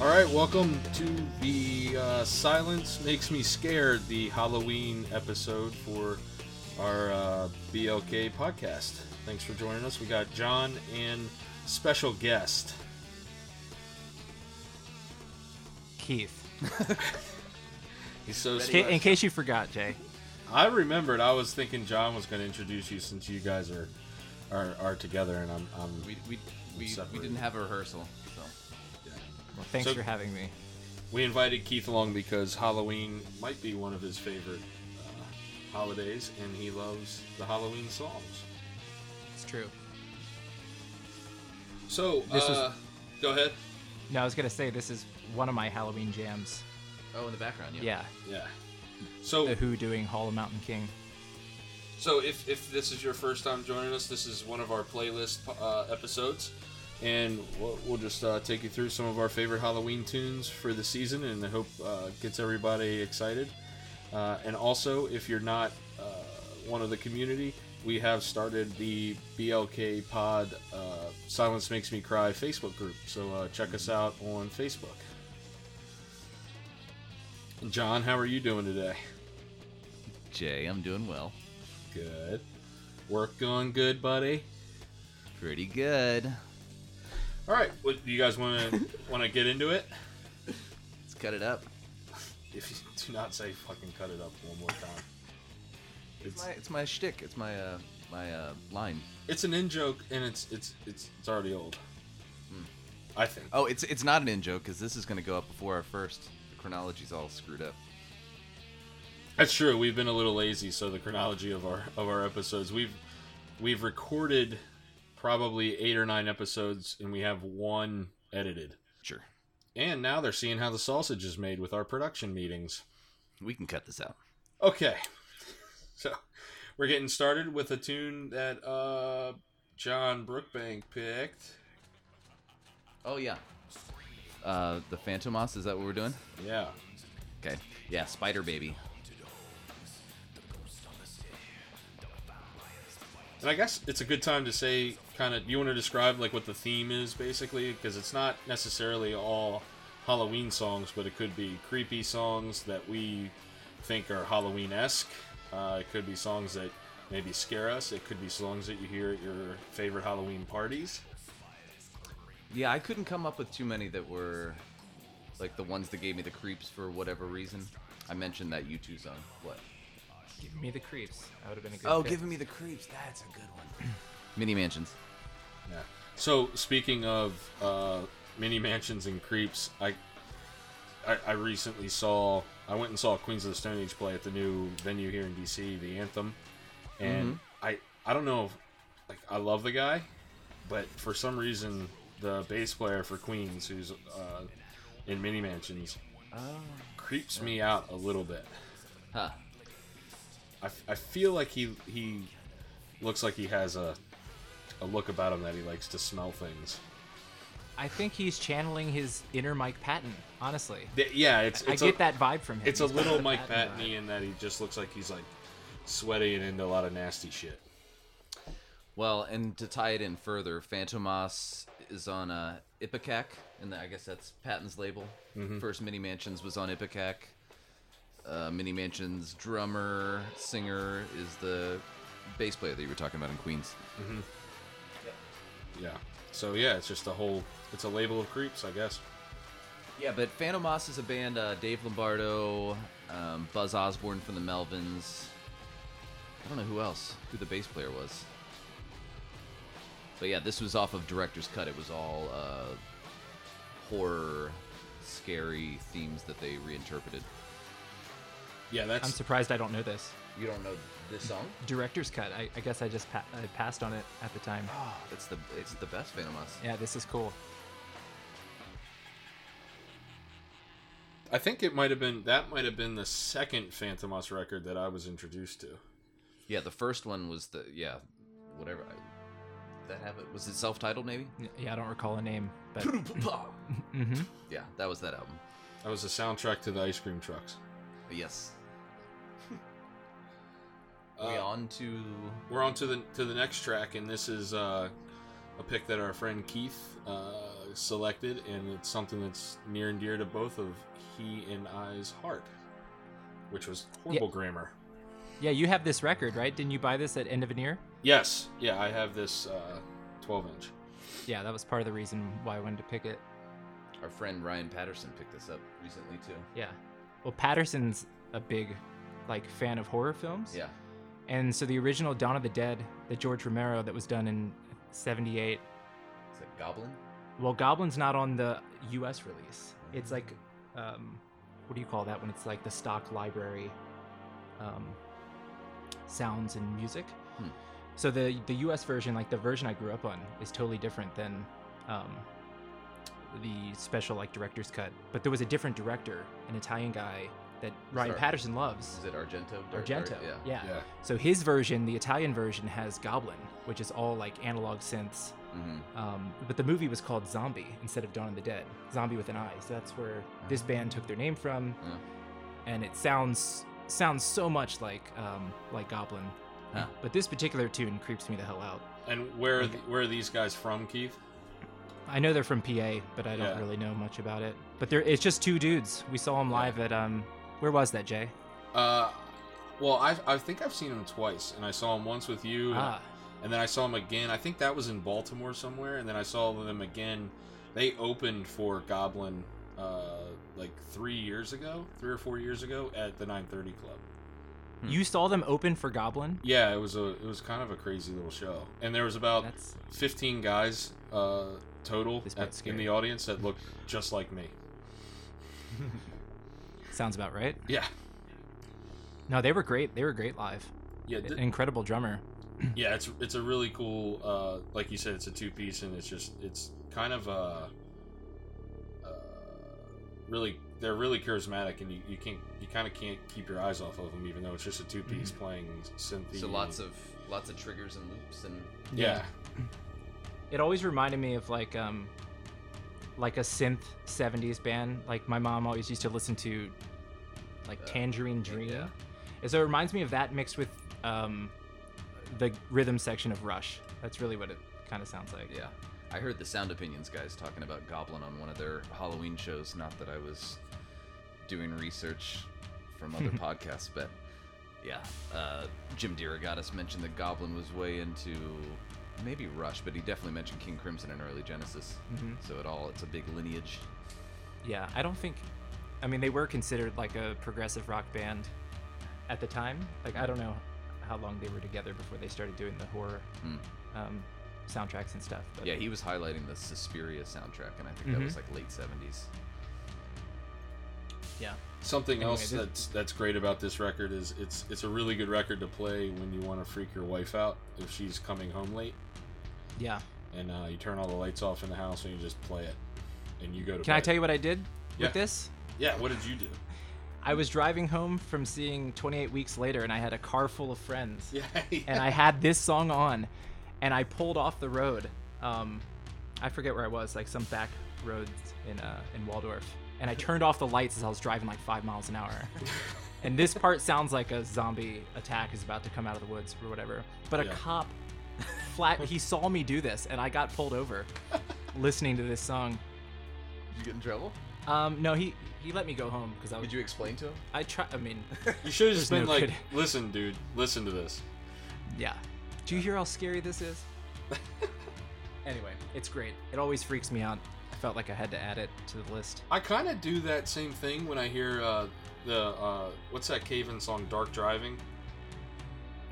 All right, welcome to the uh, Silence Makes Me Scared, the Halloween episode for our uh, BLK podcast. Thanks for joining us. We got John and special guest. Keith. He's so Ca- special. In case you forgot, Jay. I remembered. I was thinking John was going to introduce you since you guys are are, are together, and I'm, I'm We, we, we, we Separate. didn't have a rehearsal. So. Well, thanks So- for having me. We invited Keith along because Halloween might be one of his favorite uh, holidays, and he loves the Halloween songs. It's true. So, This is- uh, go ahead. No, I was gonna say this is one of my Halloween jams. Oh, in the background, yeah. Yeah, Yeah. the So, Who doing Hollow Mountain King. so if, if this is your first time joining us, this is one of our playlist uh, episodes, and we'll, we'll just uh, take you through some of our favorite Halloween tunes for the season, and I hope uh, gets everybody excited. Uh, and also, if you're not uh, one of the community, we have started the BLK Pod uh, Silence Makes Me Cry Facebook group. So uh, check us out on Facebook. John, how are you doing today? Jay, I'm doing well. Good. Work going good, buddy. Pretty good. All right. What do you guys want to want to get into it? Let's cut it up. If you do not say fucking cut it up one more time. It's It's my, it's my shtick. It's my uh, my uh, line. it's an in joke and it's it's it's it's already old. I think. Oh, it's it's not an in joke because this is going to go up before our first. The chronology's all screwed up. That's true. We've been a little lazy, so the chronology of our of our episodes we've we've recorded probably eight or nine episodes, and we have one edited. Sure, And now they're seeing how the sausage is made with our production meetings. we can cut this out. Okay. So we're getting started with a tune that uh John Brookbank picked. Oh yeah. Uh, the Phantomas. Is that what we're doing? Yeah. Okay. Yeah, Spider Baby. And I guess it's a good time to say kind of you want to describe like what the theme is basically because it's not necessarily all Halloween songs, but it could be creepy songs that we think are Halloween-esque. Uh, it could be songs that maybe scare us. It could be songs that you hear at your favorite Halloween parties. Yeah, I couldn't come up with too many that were like the ones that gave me the creeps for whatever reason. I mentioned that U2 song. What? Give me the creeps. That would have been a good. Oh, pick. giving me the creeps. That's a good one. Mini mansions. Yeah. So speaking of uh, mini mansions and creeps, I, I I recently saw I went and saw Queens of the Stone Age play at the new venue here in DC, the Anthem, and I I don't know, if- like I love the guy, but for some reason the bass player for Queens, who's uh, in mini mansions, creeps me out a little bit. Huh. I, f- I feel like he he looks like he has a a look about him that he likes to smell things. I think he's channeling his inner Mike Patton. Honestly, Th- Yeah, it's, it's I get a, that vibe from him. It's a He's got little the Mike Patton Patney vibe. in that he just looks like he's like sweaty and into a lot of nasty shit. Well, and to tie it in further, Phantomas is on uh, Ipecac, and I guess that's Patton's label. First Mini Mansions was on Ipecac. Uh, Mini Mansions drummer, singer is the bass player that you were talking about in Queens. Yeah. So yeah, it's just a whole. It's a label of creeps, I guess. Yeah, but Phantom Moss is a band. Uh, Dave Lombardo, um, Buzz Osborne from the Melvins. I don't know who else, who the bass player was. But yeah, this was off of Director's Cut. It was all uh, horror, scary themes that they reinterpreted. Yeah, I'm that's surprised I don't know this. You don't know this song? Director's cut. I, I guess I just pa- I passed on it at the time. Oh, it's the it's the best Phantom Moss. Yeah, this is cool. I think it might have been that might have been the second Phantomos record that I was introduced to. Yeah, the first one was the yeah, whatever. I, that have it was it self-titled maybe? N- Yeah, I don't recall a name, but mm-hmm. Yeah, that was that album. That was the soundtrack to the ice cream trucks. Yes. Uh, we on to Uh, We're on to the to the next track, and this is uh, a pick that our friend Keith uh, selected, and it's something that's near and dear to both of he and I's heart, which was horrible grammar. Yeah, you have this record, right? Didn't you buy this at End of an Year? Yes, yeah, I have this uh, 12 inch. Yeah, that was part of the reason why I wanted to pick it. Our friend Ryan Patterson picked this up recently too. Yeah. Well, Patterson's a big like fan of horror films. Yeah. And so the original Dawn of the Dead, the George Romero that was done in 78, It's a goblin. well, Goblin's not on the US release. Mm. It's like um what do you call that when it's like the stock library um sounds and music? Hmm. So the the US version, like the version I grew up on, is totally different than um the special like director's cut. But there was a different director, an Italian guy that Ryan Sorry. Patterson loves. Is it Argento? Dar- Argento. Dar- yeah. yeah. Yeah. So his version, the Italian version, has Goblin, which is all like analog synths. Mm-hmm. Um, but the movie was called Zombie instead of Dawn of the Dead. Zombie with an eye. So that's where this band took their name from. Yeah. And it sounds sounds so much like um, like Goblin. Huh. But this particular tune creeps me the hell out. And where are th- where are these guys from, Keith? I know they're from PA, but I don't Yeah. really know much about it. But there, it's just two dudes. We saw them live at um, where was that, Jay? Uh, well, I I think I've seen him twice, and I saw him once with you, and- Ah, and then I saw him again. I think that was in Baltimore somewhere, and then I saw them again. They opened for Goblin uh, like three years ago, three or four years ago, at the 9:30 Club. Hmm. you saw them open for Goblin. Yeah, it was a it was kind of a crazy little show, and there was about That's 15 guys uh, total This part's at, in the scary. audience that looked just like me. sounds about right. Yeah, No, they were great. They were great live. yeah, th- An incredible drummer. yeah it's it's a really cool uh like you said it's a two piece and it's just it's kind of uh, uh really they're really charismatic and you, you can't you kind of can't keep your eyes off of them even though it's just a two piece Mm-hmm. playing synth So lots of lots of triggers and loops and yeah It always reminded me of like um like a synth 70s band. Like my mom always used to listen to like Tangerine Dream. yeah. And so it reminds me of that mixed with um the rhythm section of Rush. That's really what it kind of sounds like. yeah. I heard the Sound Opinions guys talking about Goblin on one of their Halloween shows. Not that I was doing research from other podcasts, but yeah, uh, Jim DeRogatis mentioned that Goblin was way into maybe Rush, but he definitely mentioned King Crimson and early Genesis. Mhm. So it all it's a big lineage. Yeah, I don't think I mean they were considered like a progressive rock band at the time. Like I don't know how long they were together before they started doing the horror Hmm. um, soundtracks and stuff. But Yeah, he was Mm-hmm. highlighting the Suspiria soundtrack, and I think that Mhm. was like late '70s. yeah. something Anyway, else this- that's that's great about this record is it's it's a really good record to play when you want to freak your wife out if she's coming home late Yeah. and uh, you turn all the lights off in the house and you just play it and you go to Can I tell you what I did Yeah. with this? yeah what did you do I was driving home from seeing 28 Weeks Later, and I had a car full of friends, yeah, and I had this song on, and I pulled off the road. Um, I forget where I was, like some back road in uh, in Waldorf, and I turned off the lights as I was driving like five miles an hour. and this part sounds like a zombie attack is about to come out of the woods or whatever. But a Yeah. cop, flat, he saw me do this, and I got pulled over, listening to this song. Did you get in trouble? Um, no, he he let me go home because I was. Did you explain to him? I try. I mean, you should have just There's been no like kidding. listen dude listen to this yeah. Do you hear how scary this is? anyway, it's great. It always freaks me out. I felt like I had to add it to the list. I kind of do that same thing when I hear uh, the uh, what's that Caven song, "Dark Driving."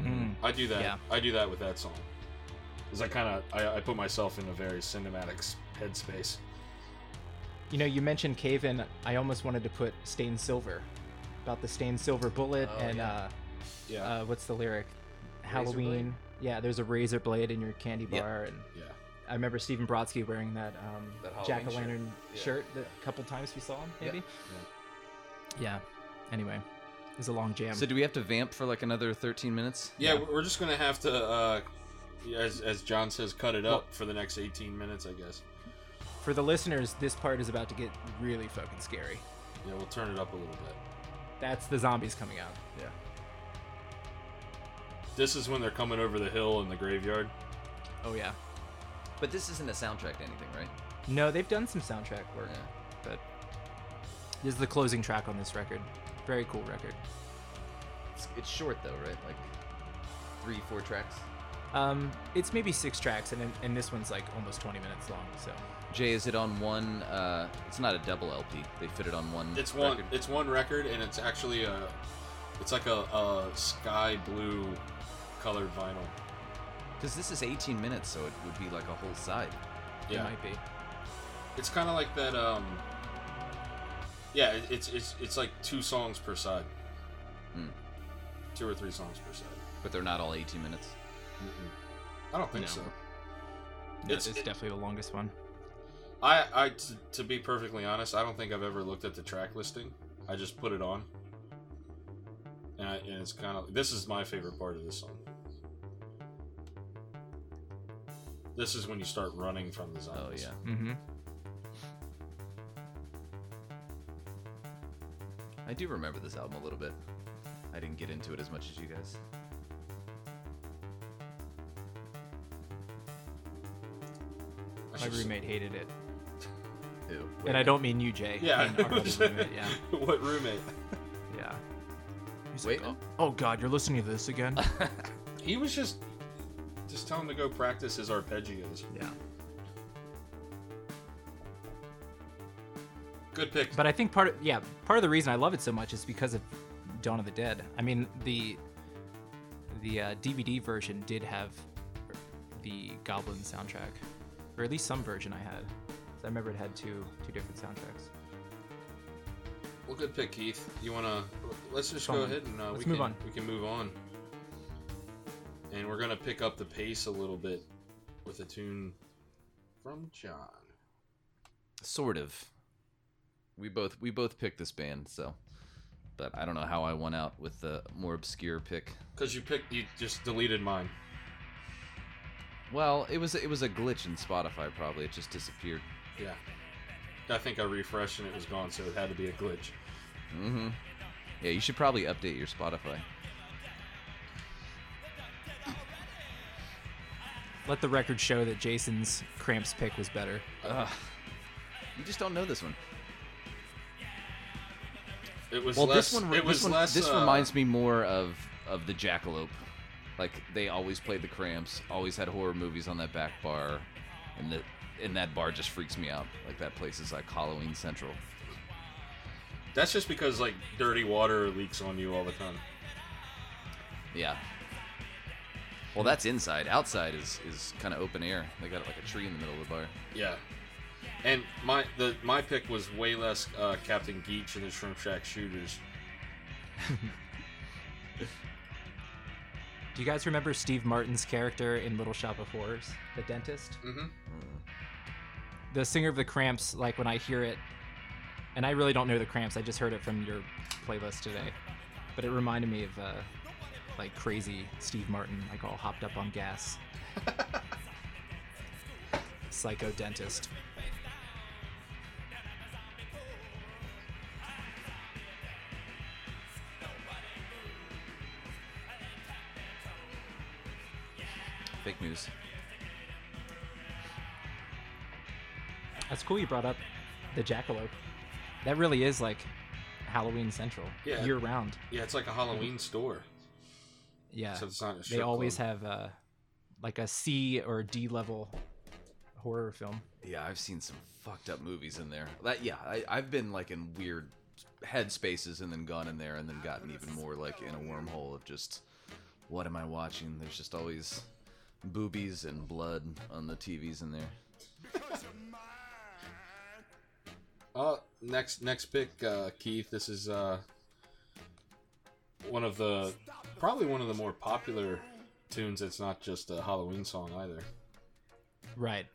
Mm. I do that. Yeah. I do that with that song. Cause I kind of I, I put myself in a very cinematic s- headspace. You know, you mentioned Caven. I almost wanted to put Stained Silver, about the Stained Silver bullet, Oh, and yeah. uh, Yeah, uh, what's the lyric? Razor blade? Halloween. Yeah, there's a razor blade in your candy Yeah. bar, and yeah, I remember Stephen Brodsky wearing that, um, That Halloween jack o' lantern shirt. Yeah. shirt that a couple times we saw him, maybe. Yeah. Anyway, it was a long jam. So do we have to vamp for like another 13 minutes? yeah. we're- We're just gonna have to, uh, as as John says, cut it up for the next eighteen minutes, I guess. For the listeners, this part is about to get really fucking scary. Yeah, we'll turn it up a little bit. That's the zombies coming out. Yeah. This is when they're coming over the hill in the graveyard. Oh yeah. But this isn't a soundtrack to anything, right? No, they've done some soundtrack work, Yeah. but this is the closing track on this record. Very cool record. It's, it's short though, right? Like three, four tracks. Um, it's maybe six tracks, and and this one's like almost 20 minutes long. So Jay, is it on one? Uh, it's not a double LP. They fit it on one. It's one. record? It's one record, and it's actually a. It's like a, a sky blue colored vinyl. Because this is 18 minutes, so it would be like a whole side. it Yeah, might be. it's kind of like that. Um, yeah, it, it's it's it's like two songs per side, Hmm. two or three songs per side. But they're not all 18 minutes. I don't think Mm-hmm. so. No. No, It's- it's, it- definitely the longest one. I I t- to be perfectly honest, I don't think I've ever looked at the track listing. I just put it on, and, I, and it's kind of this is my favorite part of this song. This is when you start running from the Oh zombies. yeah. Mm-hmm. I do remember this album a little bit. I didn't get into it as much as you guys. I My should say- roommate hated it, Ew. and I don't mean you, Jay. I Yeah. mean our other roommate, yeah, what roommate? yeah. He's Wait. like, oh, oh God, you're listening to this again? He was just just tell him to go practice his arpeggios. yeah. Good pick. But I think part of yeah, part of the reason I love it so much is because of Dawn of the Dead. I mean the the uh, DVD version did have the Goblin soundtrack, or at least some version I had. 'Cause I remember it had two two different soundtracks. well, good pick, Keith. You wanna let's just Go go on. ahead and uh, we Let's can move on. we can move on. And we're gonna pick up the pace a little bit with a tune from John. Sort of. We both we both picked this band, so. But I don't know how I won out with the more obscure pick. Cause you picked, you just deleted mine. Well, it was it was a glitch in Spotify. Probably it just disappeared. Yeah. I think I refreshed and it was gone, so it had to be a glitch. Mm-hmm. Yeah, you should probably update your Spotify. Let the record show that Jason's Cramps pick was better. Ugh. You just don't know this one. It was Well, less. this one it was this, one, less. this uh, reminds me more of of the Jackalope. Like they always played the Cramps, always had horror movies on that back bar, and that and that bar just freaks me out. Like that place is like Halloween Central. That's just because like dirty water leaks on you all the time. Yeah. Well, that's inside. Outside is is kind of open air. They got like a tree in the middle of the bar. Yeah. And my the my pick was way less uh, Captain Geach and the Shrimp Shack Shooters. Do you guys remember Steve Martin's character in Little Shop of Horrors, the dentist? Mm-hmm. the singer of the Cramps, like when I hear it, and I really don't know the Cramps. I just heard it from your playlist today, but it reminded me of uh, like crazy Steve Martin, like all hopped up on gas, psycho dentist. Fake news. That's cool. You brought up the jackalope. That really is like Halloween Central, Yeah. year round. Yeah, it's like a Halloween store. Yeah, So it's not a they strip always club. have uh, like a C or D level horror film. Yeah, I've seen some fucked up movies in there. That yeah, I, I've been like in weird head spaces and then gone in there and then gotten even more like in a wormhole of just what am I watching? There's just always boobies and blood on the TVs in there. Uh, next next pick, uh, Keith. This is uh, one of the probably one of the more popular tunes. It's not just a Halloween song either. Right.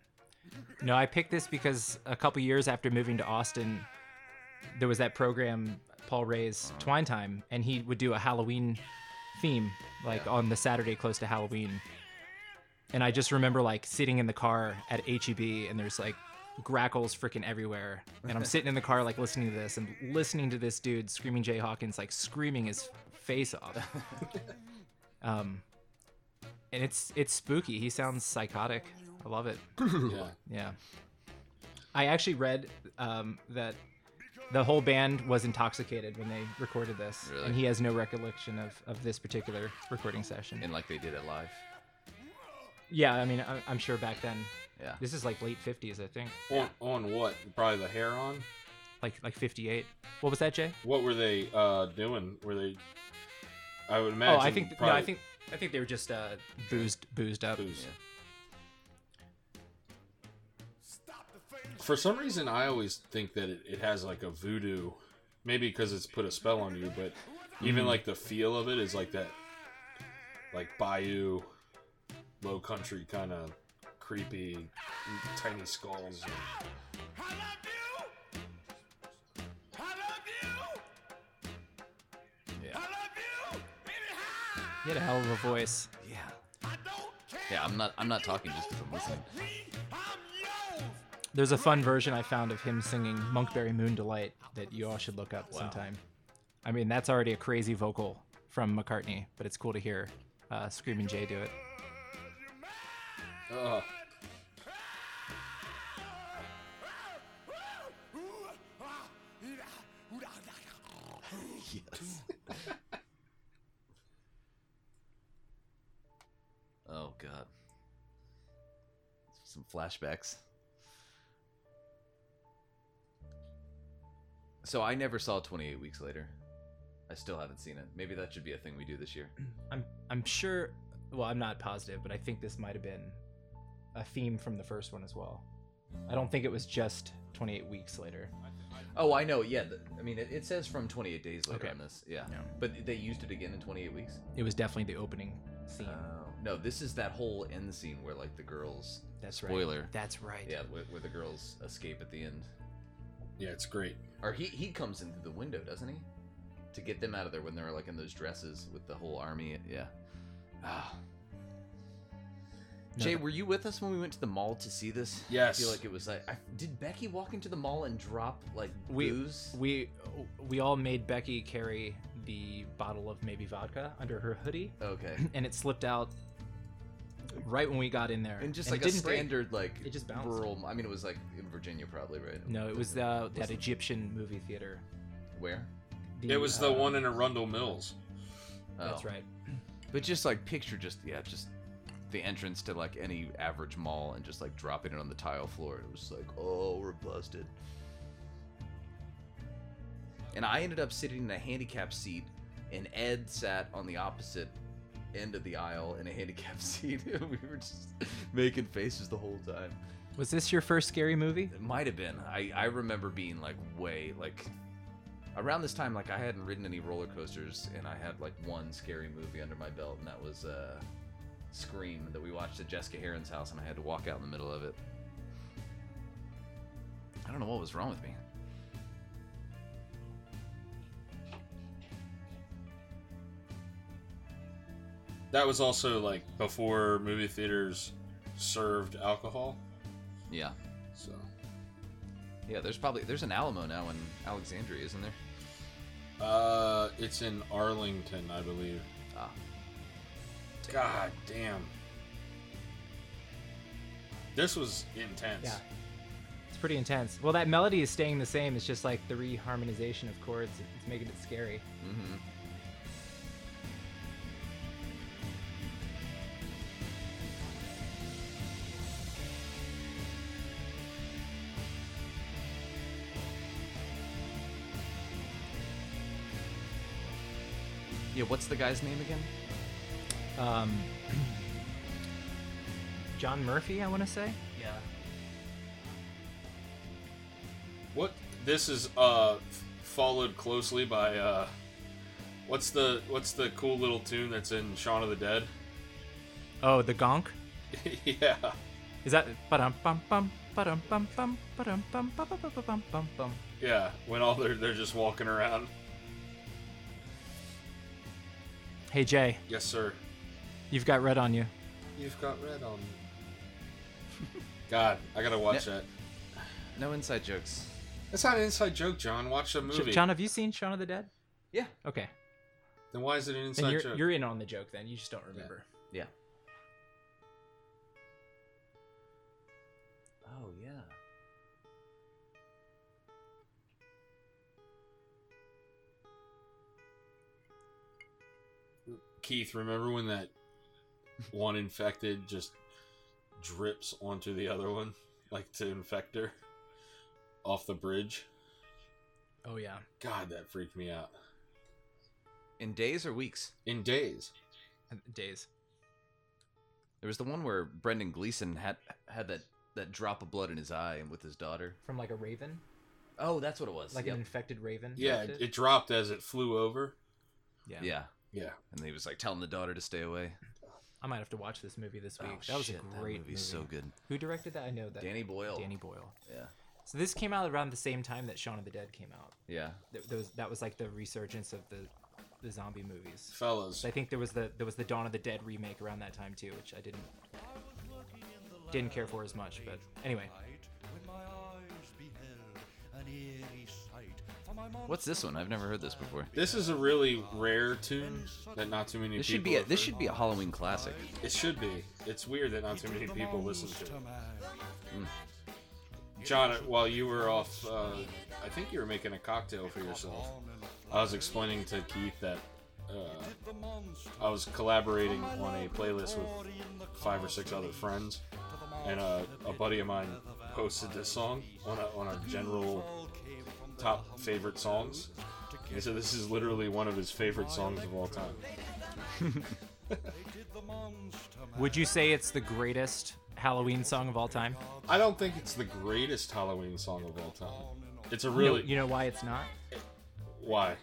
No, I picked this because a couple years after moving to Austin, there was that program Paul Ray's Twine Time, and he would do a Halloween theme, like on the Saturday close to Halloween. And I just remember like sitting in the car at HEB, and there's like grackles freaking everywhere, and I'm sitting in the car like listening to this and listening to this dude screaming Jay Hawkins like screaming his face off. um, and it's it's spooky. He sounds psychotic. I love it. Yeah. Yeah. I actually read um, that the whole band was intoxicated when they recorded this, Really? and he has no recollection of, of this particular recording session. and like they did it live. yeah, I mean, I, I'm sure back then, Yeah. this is like late 50s, I think, On, on what? Probably the hair on. like like 58. What was that, Jay? What were they uh, doing? Were they? I would imagine. oh, I think no, probably I think I think they were just uh, boozed boozed up. booze. For some reason, I always think that it, it has like a voodoo. Maybe because it's put a spell on you, but even like the feel of it is like that, like bayou, low country kind of creepy, tiny skulls. I love you. I love you. Yeah. I love you. Baby, He had a hell of a voice. Yeah. I don't care. Yeah. I'm not. I'm not talking just because I'm Don't listening. want me, I'm yours. There's a fun version I found of him singing Monkberry Moon Delight that you all should look up sometime. I mean, that's already a crazy vocal from McCartney, but it's cool to hear uh, Screaming Jay do it. Ugh. Yes. oh god. Some flashbacks. So I never saw 28 weeks later. I still haven't seen it. Maybe that should be a thing we do this year. I'm I'm sure. Well, I'm not positive, but I think this might have been a theme from the first one as well. I don't think it was just 28 weeks later. Oh, I know. Yeah, the, I mean, it, it says from 28 days later Okay. on this. Yeah. Yeah. but they used it again in 28 weeks. Oh. It was definitely the opening scene. Uh, no, this is that whole end scene where like the girls. That's right. spoiler. That's right. Yeah, where, where the girls escape at the end. Yeah, it's great. Or he he comes in through the window, doesn't he? To get them out of there when they're like in those dresses with the whole army. Yeah. Ah. No, Jay, that- were you with us when we went to the mall to see this? Yes. I feel like it was like, I, did Becky walk into the mall and drop like We- booze? We we all made Becky carry the bottle of maybe vodka under her hoodie, okay. and it slipped out right when we got in there. And just it like a didn't break. standard like It just bounced. rural. I mean, it was like in Virginia probably, right? No, it was uh, that Egyptian movie theater. Where? It was the uh, one in Arundel Mills. That's Oh. right. But just like picture, just yeah, just the entrance to like any average mall, and just like dropping it on the tile floor. It was like, oh, we're busted. And I ended up sitting in a handicap seat, and Ed sat on the opposite end of the aisle in a handicap seat. and we were just making faces the whole time. Was this your first scary movie? It might have been. I, I remember being like way like around this time like I hadn't ridden any roller coasters and I had like one scary movie under my belt and that was uh Scream that we watched at Jessica Heron's house and I had to walk out in the middle of it. I don't know what was wrong with me. That was also like before movie theaters served alcohol. Yeah. So Yeah, there's probably there's an Alamo now in Alexandria, isn't there? uh, it's in Arlington, I believe. Ah. God damn. This was intense. Yeah. It's pretty intense. Well, that melody is staying the same. It's just like the reharmonization of chords. It's making it scary. Mm-hmm. Yeah, what's the guy's name again? Um, John Murphy, I want to say. Yeah. What? This is uh f- followed closely by uh, what's the what's the cool little tune that's in Shaun of the Dead? Oh, the Gonk. yeah. Is that? Ba-dum, bum, bum, ba-dum, bum, bum, ba-dum, bum, ba ba ba ba bum, bum, bum. Yeah. When all they're they're just walking around. Hey Jay, Yes, sir. you've got red on you. You've got red on. God, I gotta watch that. No inside jokes. That's not an inside joke, John. Watch a Sh- movie. John, have you seen Shaun of the Dead? Yeah. Okay. then why is it an Then inside you're joke? you're in on the joke. Then you just don't remember. Yeah. Oh, Keith, remember when that one infected just drips onto the other one, like to infect her off the bridge? Oh yeah. God, that freaked me out. In days or weeks? In days. Days. There was the one where Brendan Gleeson had had that that drop of blood in his eye and with his daughter. From like a raven, Oh, that's what it was. like Yep. an infected raven. Yeah, That's it, it? it dropped as it flew over. yeah. yeah. Yeah. And he was like telling the daughter to stay away. I might have to watch this movie this week. Oh, that was shit, a great that movie's so good. Who directed that? I know that. Danny Boyle. Danny Boyle. Yeah. So this came out around the same time that Shaun of the Dead came out. Yeah. Th- There was, that was like the resurgence of the, the zombie movies. Fellas, I think there was the there was the Dawn of the Dead remake around that time too, which I didn't didn't care for as much. But anyway, When my eyes beheld an eerie sight, for my mom What's this one? I've never heard this before. this is a really rare tune that not too many This people should be a, have this heard. should be a Halloween classic. It should be. It's weird that not too many people listen to it. John, while you were off, uh, I think you were making a cocktail for yourself. I was explaining to Keith that uh, I was collaborating on a playlist with five or six other friends, and uh, a buddy of mine posted this song on a, on a general top favorite songs. And so this is literally one of his favorite songs of all time. would you say it's the greatest Halloween song of all time? I don't think it's the greatest Halloween song of all time. It's a You know- really you know why it's not? why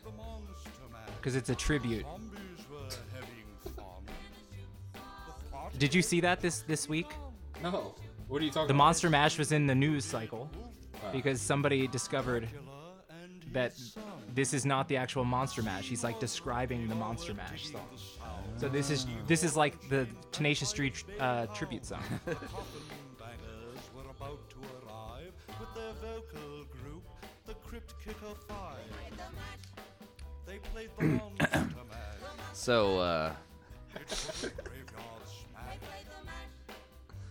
Because it's a tribute. Did you see that this this week? no. What are you talking? The about? Monster Mash was in the news cycle because somebody discovered that this is not the actual Monster Mash. He's like describing the Monster Mash song. So this is this is like the Tenacious D uh, tribute song. bangers were about to arrive with their vocal group, the Crypt Kicker Five. They played the monster mash, So uh, graveyard smash.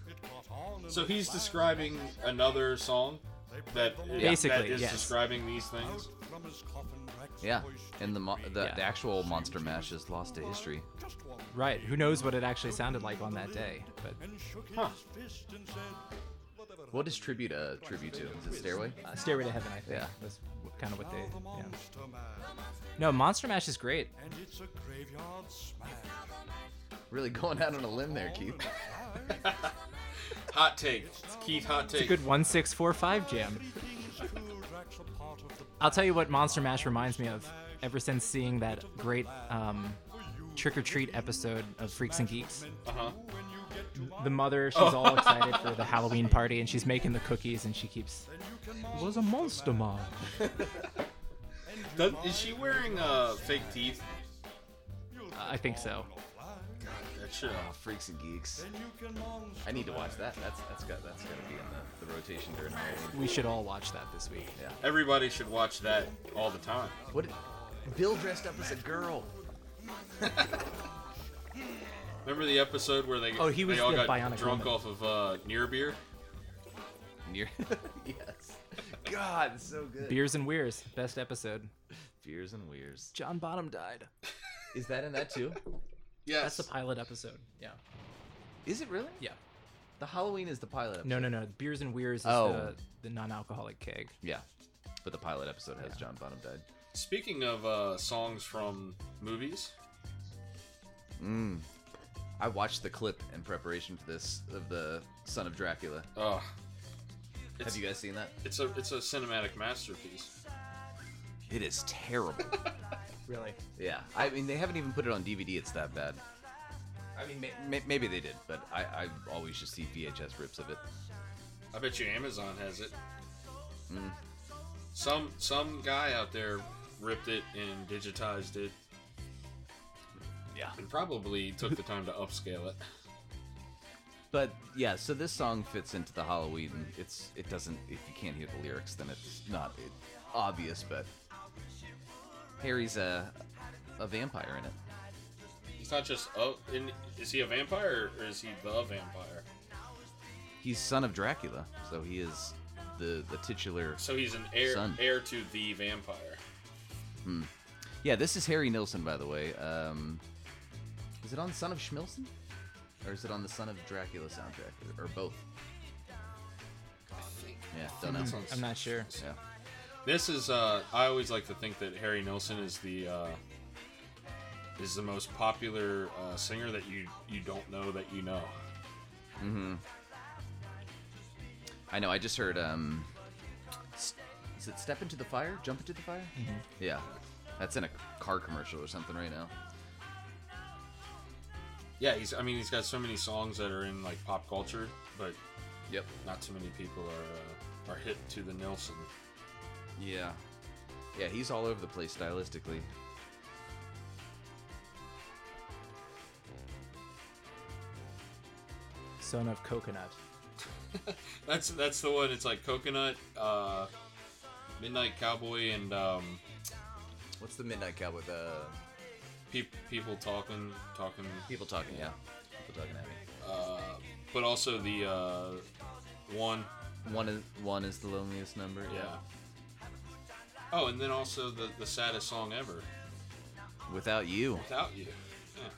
It got on and So he's slammed describing another song that that Basically, is yes. describing these things. from his coffin Rex yeah, hoisted and the mo- the, Yeah. the actual Monster Mash is lost to history. just one Right. Who knows what it actually sounded like on that day? But and shook his Huh. fist and said, whatever What is tribute a tribute to? Is it Stairway? uh, Stairway to Heaven, I think, Yeah. was kind of what they. the Yeah. monster mash, No, Monster Mash is great. and it's a graveyard smash. Really going out on a limb there, Keith. Hot take, Keith. Hot take. Good one six four five jam. I'll tell you what Monster Mash reminds me of. Ever since seeing that great um, trick or treat episode of Freaks and Geeks, Uh-huh. the mother she's all excited for the Halloween party and she's making the cookies and she keeps. It was a Monster Mash. Does, is she wearing uh, fake teeth? I think so. That uh, shit. Oh, freaks and geeks. I need to watch that. That's that's got that's got to be in the, the rotation during Halloween. We should all watch that this week. Everybody should watch that all the time. What? Bill dressed up as a girl. Remember the episode where they Oh, he was they all the got Bionic drunk Woman. off of uh, near beer? Near. yes. God, it's so good. Beers and Weirs, best episode. Fears and weirs. John Bottom died. Is that in that too? Yes. That's the pilot episode. Yeah. Is it really? Yeah. The Halloween is the pilot. Episode. No, no, no. Beers and Weirs is Oh. the, the non alcoholic keg. Yeah, but the pilot episode has John Bonham died. Speaking of uh, songs from movies, I watched the clip in preparation for this of the Son of Dracula. uh, Have you guys seen that? it's a it's a cinematic masterpiece. It is terrible. Really? yeah, I mean they haven't even put it on DVD. It's that bad. I mean, may- may- maybe they did, but I, I always just see VHS rips of it. I bet you Amazon has it. Hmm. Some some guy out there ripped it and digitized it Yeah. and probably took the time to upscale it. But yeah, so this song fits into the Halloween. It's it doesn't. If you can't hear the lyrics, then it's not it, obvious. But Harry's a a vampire in it. He's not just oh, in, is he a vampire or is he the vampire? He's son of Dracula, so he is the the titular. So he's an heir Son. heir to the vampire. Yeah, this is Harry Nilsson, by the way. Um, Is it on Son of Schmilson? Or is it on the Son of Dracula soundtrack? Or, or both? Yeah, don't know. Sounds- I'm not sure. Yeah. This is uh I always like to think that Harry Nilsson is the uh is the most popular uh, singer that you you don't know that you know. I know. I just heard. Um, s- is it "Step into the Fire"? "Jump into the Fire"? Yeah, that's in a car commercial or something right now. Yeah, he's I mean he's got so many songs that are in like pop culture, but Yep. not too many people are uh, are hit to the Nilsson. Yeah. Yeah, he's all over the place stylistically. Son of Coconut. That's that's the one. It's like Coconut, uh, Midnight Cowboy, and um, What's the Midnight Cowboy? The peop people talking talking. people talking. Yeah, people talking at me. Uh, but also the uh, one One is one is the loneliest number. Yeah. Oh, and then also the the saddest song ever, Without you, "Without You." Yeah.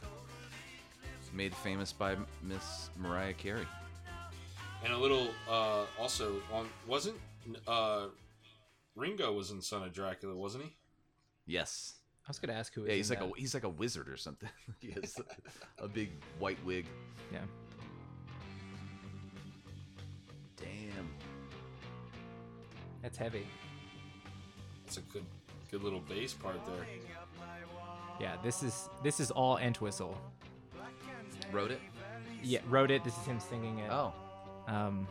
made famous by Miss Mariah Carey. And a little uh, also on wasn't uh, Ringo was in Son of Dracula, wasn't he? Yes. I was gonna ask who. Yeah, is he's in like a that. he's like a wizard or something. he has a big white wig. yeah. Damn. That's heavy. It's a good good little bass part there. Yeah, this is this is all Entwistle. Wrote it. Yeah, wrote it. This is him singing it. Oh, Um,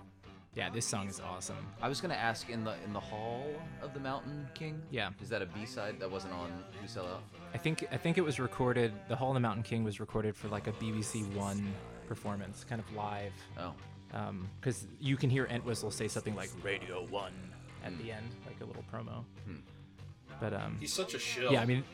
yeah, this song is awesome. I was gonna ask in the in the Hall of the Mountain King. Yeah. Is that a B side that wasn't on You Sell Out? I think I think it was recorded. The Hall of the Mountain King was recorded for like a BBC One performance, kind of live, Oh. because you can hear Entwistle say something like "Radio One" at the end, like a little promo. But um, He's such a shill. yeah, I mean,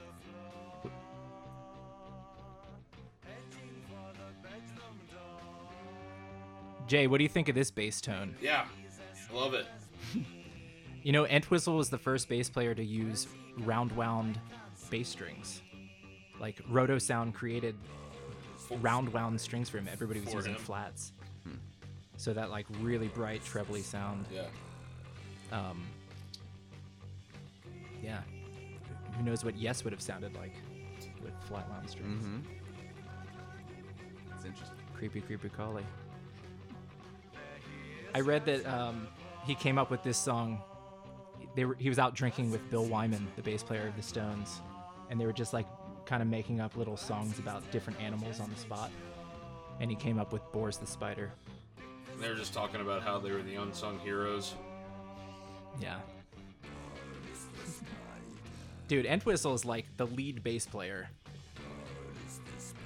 Jay, what do you think of this bass tone? yeah, love it. You know, Entwistle was the first bass player to use round wound bass strings. Like Roto Sound created round wound strings for him. Everybody was For using him. flats. So that like really bright trebly sound. Yeah. Um, yeah. Who knows what Yes would have sounded like with flat wound strings. It's interesting. Creepy, creepy collie. I read that um, he came up with this song. They were, he was out drinking with Bill Wyman, the bass player of the Stones, and they were just like kind of making up little songs about different animals on the spot. And he came up with Boris the Spider. And they were just talking about how they were the unsung heroes. Yeah. Dude, Entwistle is like the lead bass player.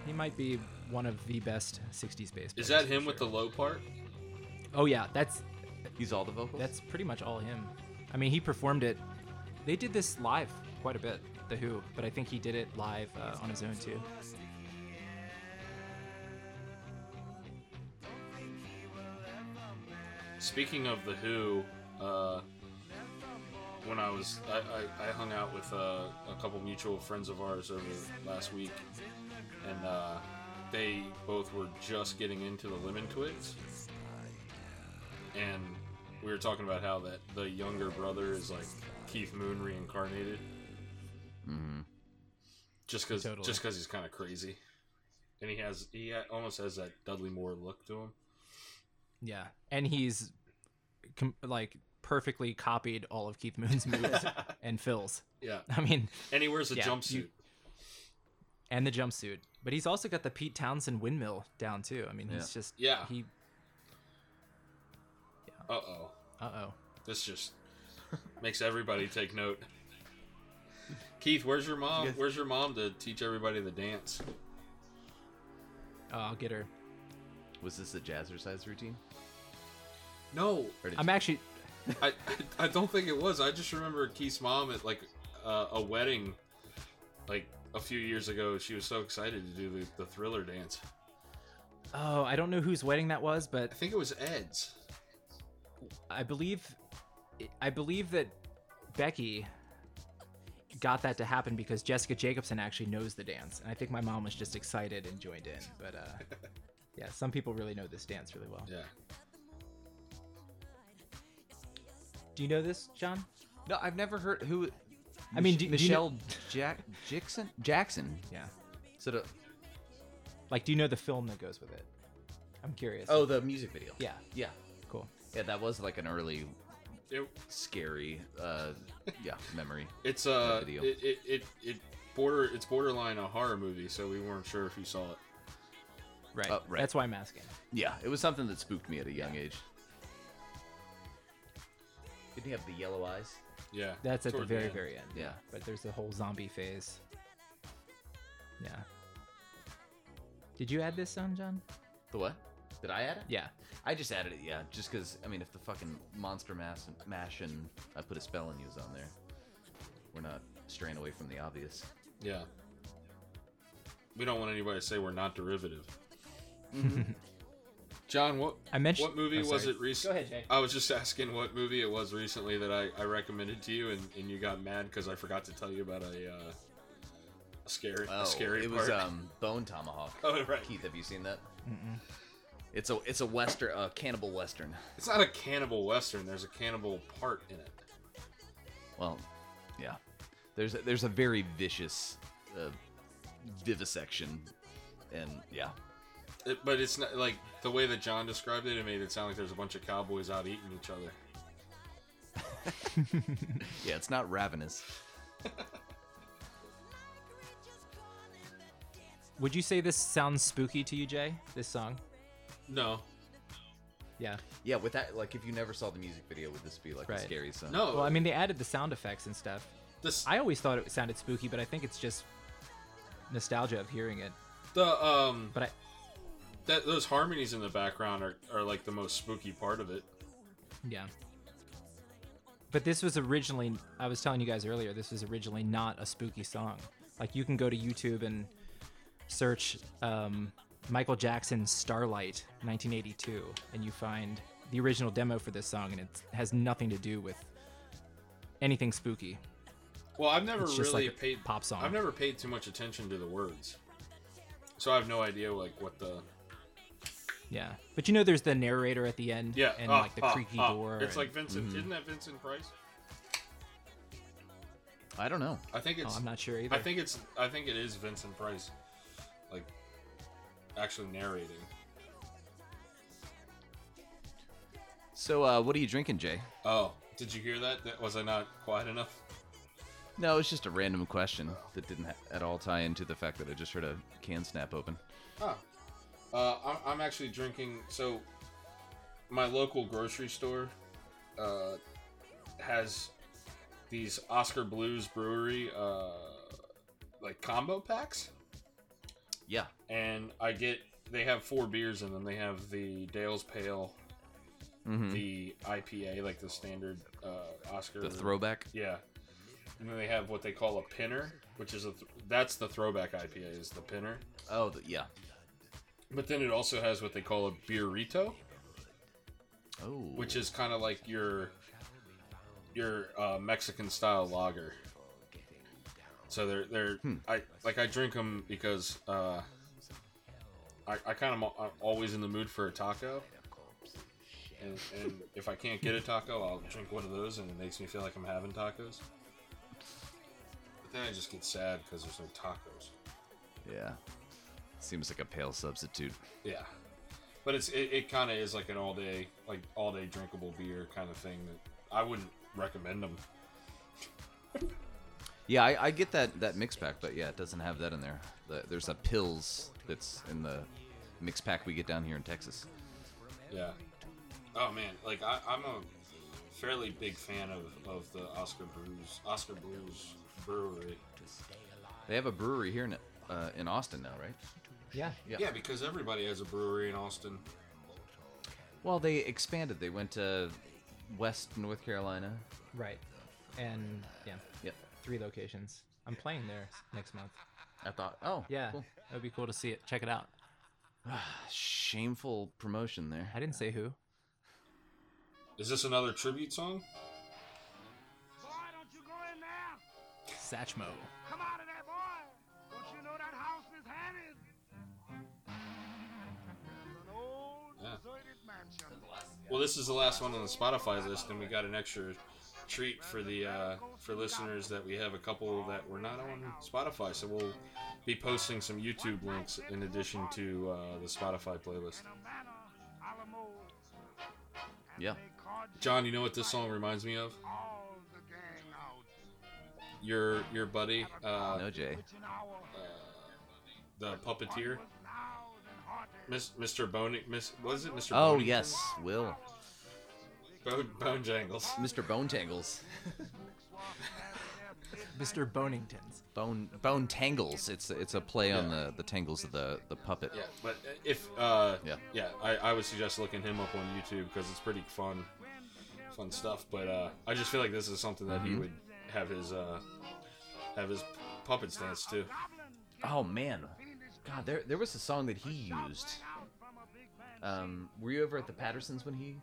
He might be one of the best 60s bass players. Is that for him with the sure. low part? Oh, yeah. That's He's all the vocals. That's pretty much all him. I mean, he performed it. They did this live quite a bit, The Who, but I think he did it live uh, on his own too. Speaking of the Who, uh, when I was I, I, I hung out with uh, a couple mutual friends of ours over last week, and uh, they both were just getting into the Lemon Twigs, and we were talking about how that the younger brother is like Keith Moon reincarnated. Mm-hmm. Mm-hmm. Just because Totally. just because he's kind of crazy, and he has he a- almost has that Dudley Moore look to him. Yeah, and he's com- like perfectly copied all of Keith Moon's moves and Phil's. Yeah, I mean, and he wears a Yeah, jumpsuit. you- and the jumpsuit, but he's also got the Pete Townsend windmill down too. I mean, he's Yeah. just Yeah. He Uh oh. uh oh. This just makes everybody take note. Keith, where's your mom? Yes. Where's your mom to teach everybody the dance? Oh, I'll get her. Was this a jazzercise routine? No, Or did I'm actually. I, I I don't think it was. I just remember Keith's mom at like uh, a wedding, like a few years ago. She was so excited to do the, the thriller dance. Oh, I don't know whose wedding that was, but I think it was Ed's. I believe, I believe that Becky got that to happen because Jessica Jacobson actually knows the dance, and I think my mom was just excited and joined in. But uh, yeah, some people really know this dance really well. Yeah. Do you know this, John? No, I've never heard who. I mean, do- do you Michelle know- Jack Jackson Jackson. Yeah. Is it a- Like, do you know the film that goes with it? I'm curious. oh, the music video. yeah, yeah, cool. yeah. That was like an early It, scary, uh, yeah, memory. it's uh, video. it, it, it, it border it's borderline a horror movie, so we weren't sure if you saw it. Right. Oh, right. That's why I'm asking. Yeah, it was something that spooked me at a young age. Did he have the yellow eyes? Yeah. That's at toward the very, end. very end. Yeah. But there's the whole zombie phase. Yeah. Did you add this on, John? The what? Did I add it? Yeah. I just added it. Yeah, just because I mean, if the fucking monster mass and mash and I put a spell and use on there, we're not straying away from the obvious. Yeah. We don't want anybody to say we're not derivative. Mm-hmm. John, what I mentioned- what movie oh, was sorry. it recently? ahead, Jay. I was just asking what movie it was recently that I, I recommended to you, and, and you got mad because I forgot to tell you about a, uh, a scary a scary Oh, it part. was um, Bone Tomahawk. Oh, right. Keith, have you seen that? Mm-mm. It's a it's a western, uh, cannibal western. It's not a cannibal western. There's a cannibal part in it. Well, yeah. There's a, there's a very vicious uh, vivisection, and yeah, It- But it's not like the way that John described it. It made it sound like there's a bunch of cowboys out eating each other. yeah, it's not ravenous. Would you say this sounds spooky to you, Jay? This song? No, Yeah. Yeah, with that, like if you never saw the music video, would this be like Right. a scary song? no. Well, I mean, they added the sound effects and stuff. this I always thought it sounded spooky, but I think it's just nostalgia of hearing it. the um But I, that those harmonies in the background are, are like the most spooky part of it. yeah. But this was originally, I was telling you guys earlier, this was originally not a spooky song. Like, you can go to YouTube and search um, Michael Jackson Starlight 1982, and you find the original demo for this song, and it has nothing to do with anything spooky. Well, I've never It's just really like a paid pop song. I've never paid too much attention to the words, so I have no idea like what the Yeah. But you know, there's the narrator at the end, yeah and ah, like the ah, creaky ah. door. It's and- mm-hmm. like Vincent, isn't that Vincent Price? I don't know. I think it's Oh, I'm not sure either. I think it's I think it is Vincent Price, like actually narrating. So, uh, what are you drinking, Jay? Oh, did you hear that? that was I not quiet enough? No, it's just a random question that didn't ha- at all tie into the fact that I just heard a can snap open. Huh. Uh, I'm, I'm actually drinking. So, my local grocery store uh, has these Oscar Blues Brewery uh, like combo packs, Yeah, and I get they have four beers in them. They have the Dale's Pale, the IPA, like the standard uh, Oscar. the throwback. Yeah. And then they have what they call a pinner, which is a th- that's the throwback IPA is the pinner. Oh, the, yeah. But then it also has what they call a beerito, Oh, which is kind of like your your uh, Mexican style lager. So they're they're I like I drink them because uh, I I kind of am always in the mood for a taco, and, and if I can't get a taco, I'll drink one of those, and it makes me feel like I'm having tacos. But then I just get sad because there's no tacos. yeah. Seems like a pale substitute. Yeah, but it's it, it kind of is like an all day like all day drinkable beer kind of thing that I wouldn't recommend them. Yeah, I, I get that that mix pack, but yeah, it doesn't have that in there. The, there's a pills that's in the mix pack we get down here in Texas. Yeah. Oh man, like I, I'm a fairly big fan of, of the Oscar Blues Oscar Blues Brewery. They have a brewery here in uh, in Austin now, right? yeah. Yeah. Yeah, because everybody has a brewery in Austin. Well, they expanded. They went to West North Carolina. Right. And yeah. Yep. three locations. I'm playing there s- next month. I thought, oh, Yeah, cool. that would be cool to see it. Check it out. shameful promotion there. I didn't say who. Is this another tribute song? Satchmo. Come out of there, boy! Don't you know that house is haunted? It's an old Yeah. deserted mansion. Well, this is the last one on the Spotify list, and we got an extra treat for the uh, for listeners that we have a couple that were not on Spotify. So we'll be posting some YouTube links in addition to uh, the Spotify playlist. In a manner a la mode. And Yeah. they called John, you know what this song reminds me of? all the gang out. Your your buddy, uh, No, Jay. It's an hour. the puppeteer, was loud and hearty. Miss, Mr. Bone, Miss, was it Mr. Oh Bonington? yes, Will. Bone, Bone Jangles. Mr. Bone Tangles. Mr. Boningtons. Bone Bone Tangles. It's it's a play on the the tangles of the the puppet. Yeah, but if uh, yeah, Yeah. I, I would suggest looking him up on YouTube because it's pretty fun, fun stuff. But uh, I just feel like this is something that Mm-hmm. he would have his uh, have his puppets dance to. Oh man, God, there there was a song that he used. Um, were you ever at the Pattersons when he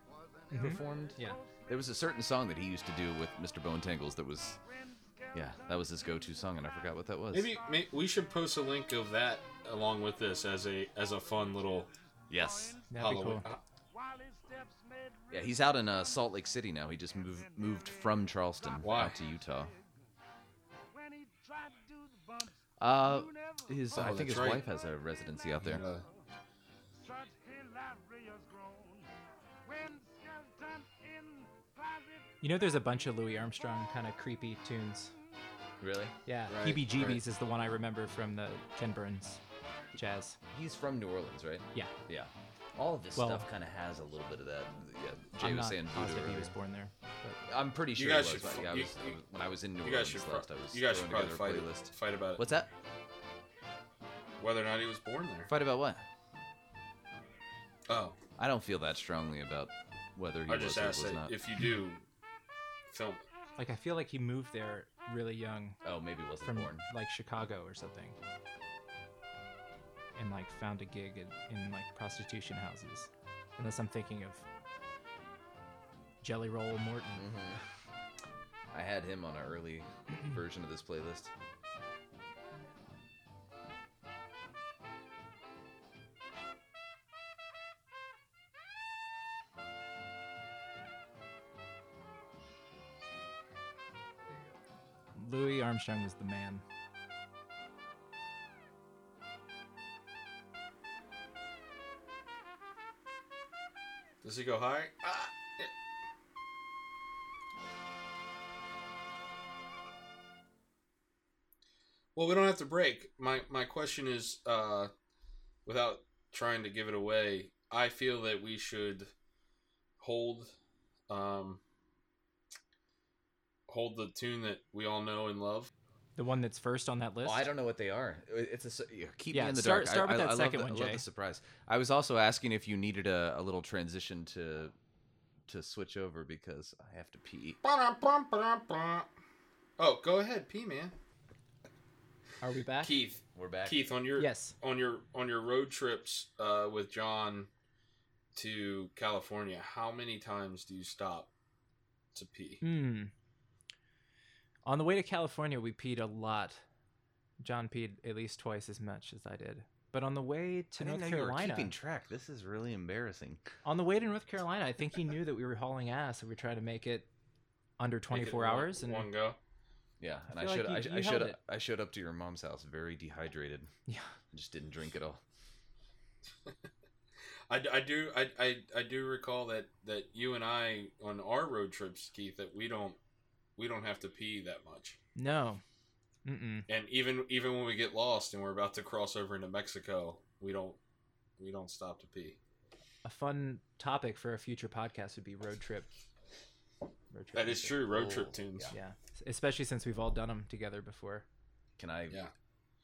Mm-hmm. performed? Yeah. There was a certain song that he used to do with Mr. Bone Tangles that was, yeah, that was his go-to song, and I forgot what that was. Maybe, may we should post a link of that along with this as a as a fun little Yes. That'd be Halloween. cool. While his steps made Yeah, he's out in uh, Salt Lake City now. He just moved moved from Charleston Why? out to Utah. when he tried to do the bumps, Uh, his Oh, I think that's his right. wife has a residency out there. Uh, such hilarious groan. When skeleton in closet You know, there's a bunch of Louis Armstrong kind of creepy tunes. Really? Yeah, Right, PBGBs right. is the one I remember from the Ken Burns jazz. He's from New Orleans, right? Yeah, Yeah. All of this Well- stuff kind of has a little bit of that. Yeah. Jay I'm was not saying voodoo. positive he earlier. was born there. But I'm pretty You sure he guys was. should Like, f- I you- was, I you- was- when I was in New you guys Orleans should last, pro- I was you guys should throwing probably together fight a playlist. it, fight about it. What's that? whether or not he was born there. Fight about what? Oh, I don't feel that strongly about whether he I was just or asked was that not. if you do film. like, I feel like he moved there really young oh, maybe he wasn't from born. like Chicago or something, and like found a gig in, in like prostitution houses. Unless I'm thinking of Jelly Roll Morton. Mm-hmm. I had him on an early version of this playlist. Louis Armstrong was the man. Does he go high? Ah, Well, we don't have to break. My my question is, uh, without trying to give it away, I feel that we should hold, um, hold the tune that we all know and love. The one that's first on that list. Oh, I don't know what they are. It's a su- yeah, keep Yeah, me in the start- dark. start I, with I- that I love second the- one, I love Jay. the surprise. I was also asking if you needed a, a little transition to to switch over because I have to pee. Oh, go ahead, P man. Are we back? Keith, We're back. Keith, on your Yes. on your on your road trips uh, with John to California, how many times do you stop to pee? Hmm. On the way to California, we peed a lot. John peed at least twice as much as I did. But on the way to I didn't North know you Carolina, were keeping track. This is really embarrassing. on the way to North Carolina, I think he knew that we were hauling ass and we were trying to make it under Make it 24 one- hours. And one go. Yeah, and I, feel like showed you- I, you I held showed it. I showed up to your mom's house very dehydrated. yeah, I just didn't drink at all. I, I do I, I, I do recall that, that you and I on our road trips, Keith, that we don't we don't have to pee that much. no, Mm-mm. And even even when we get lost and we're about to cross over into Mexico, we don't we don't stop to pee. a fun topic for a future podcast would be road trip. Road trip That is music. true. Road Oh, trip tunes. Yeah, especially since we've all done them together before, Can I? Yeah.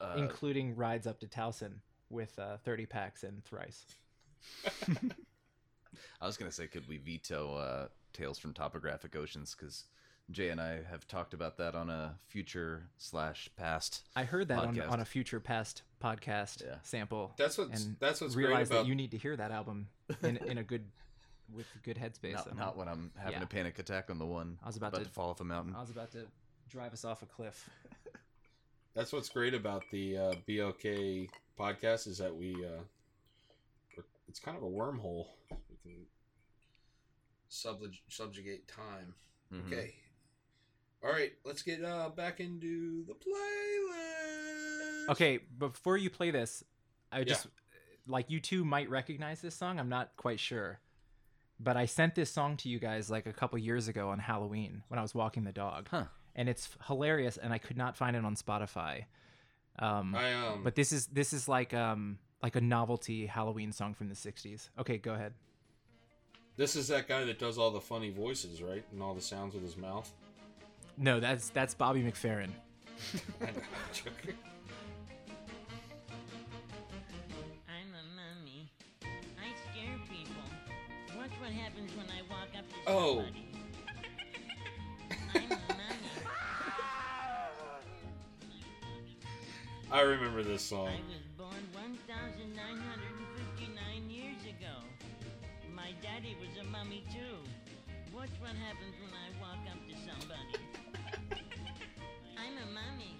Uh, including rides up to Towson with uh, 30 packs and thrice. I was gonna say, could we veto uh, Tales from Topographic Oceans? Because Jay and I have talked about that on a future slash past. I heard that on, podcast. on a future past podcast Yeah. sample. That's what's and that's what's great realized about that you need to hear that album in, in a good with good headspace. Not, I'm- not when I'm having yeah. a panic attack on the one. I was about to- fall off a mountain. I was about to drive us off a cliff. That's what's great about the uh, BLK podcast is that we uh, we're- it's kind of a wormhole. We can subleg- subjugate time. Mm-hmm. Mhm. Okay. All right, let's get uh, back into the playlist. Okay, before you play this, I just like you two might recognize this song. I'm not quite sure, but I sent this song to you guys like a couple years ago on Halloween when I was walking the dog, Huh. and it's hilarious. And I could not find it on Spotify. Um, I um. but this is this is like um like a novelty Halloween song from the '60s. Okay, go ahead. This is that guy that does all the funny voices, right? And all the sounds with his mouth. No, that's that's Bobby I McFerrin. know, I'm joking. I'm a mummy. I scare people. Watch what happens when I walk up to Oh. somebody. I'm a mummy. I remember this song. I was born 1,959 years ago. My daddy was a mummy too. Watch what happens when I walk up to somebody. I'm a mummy.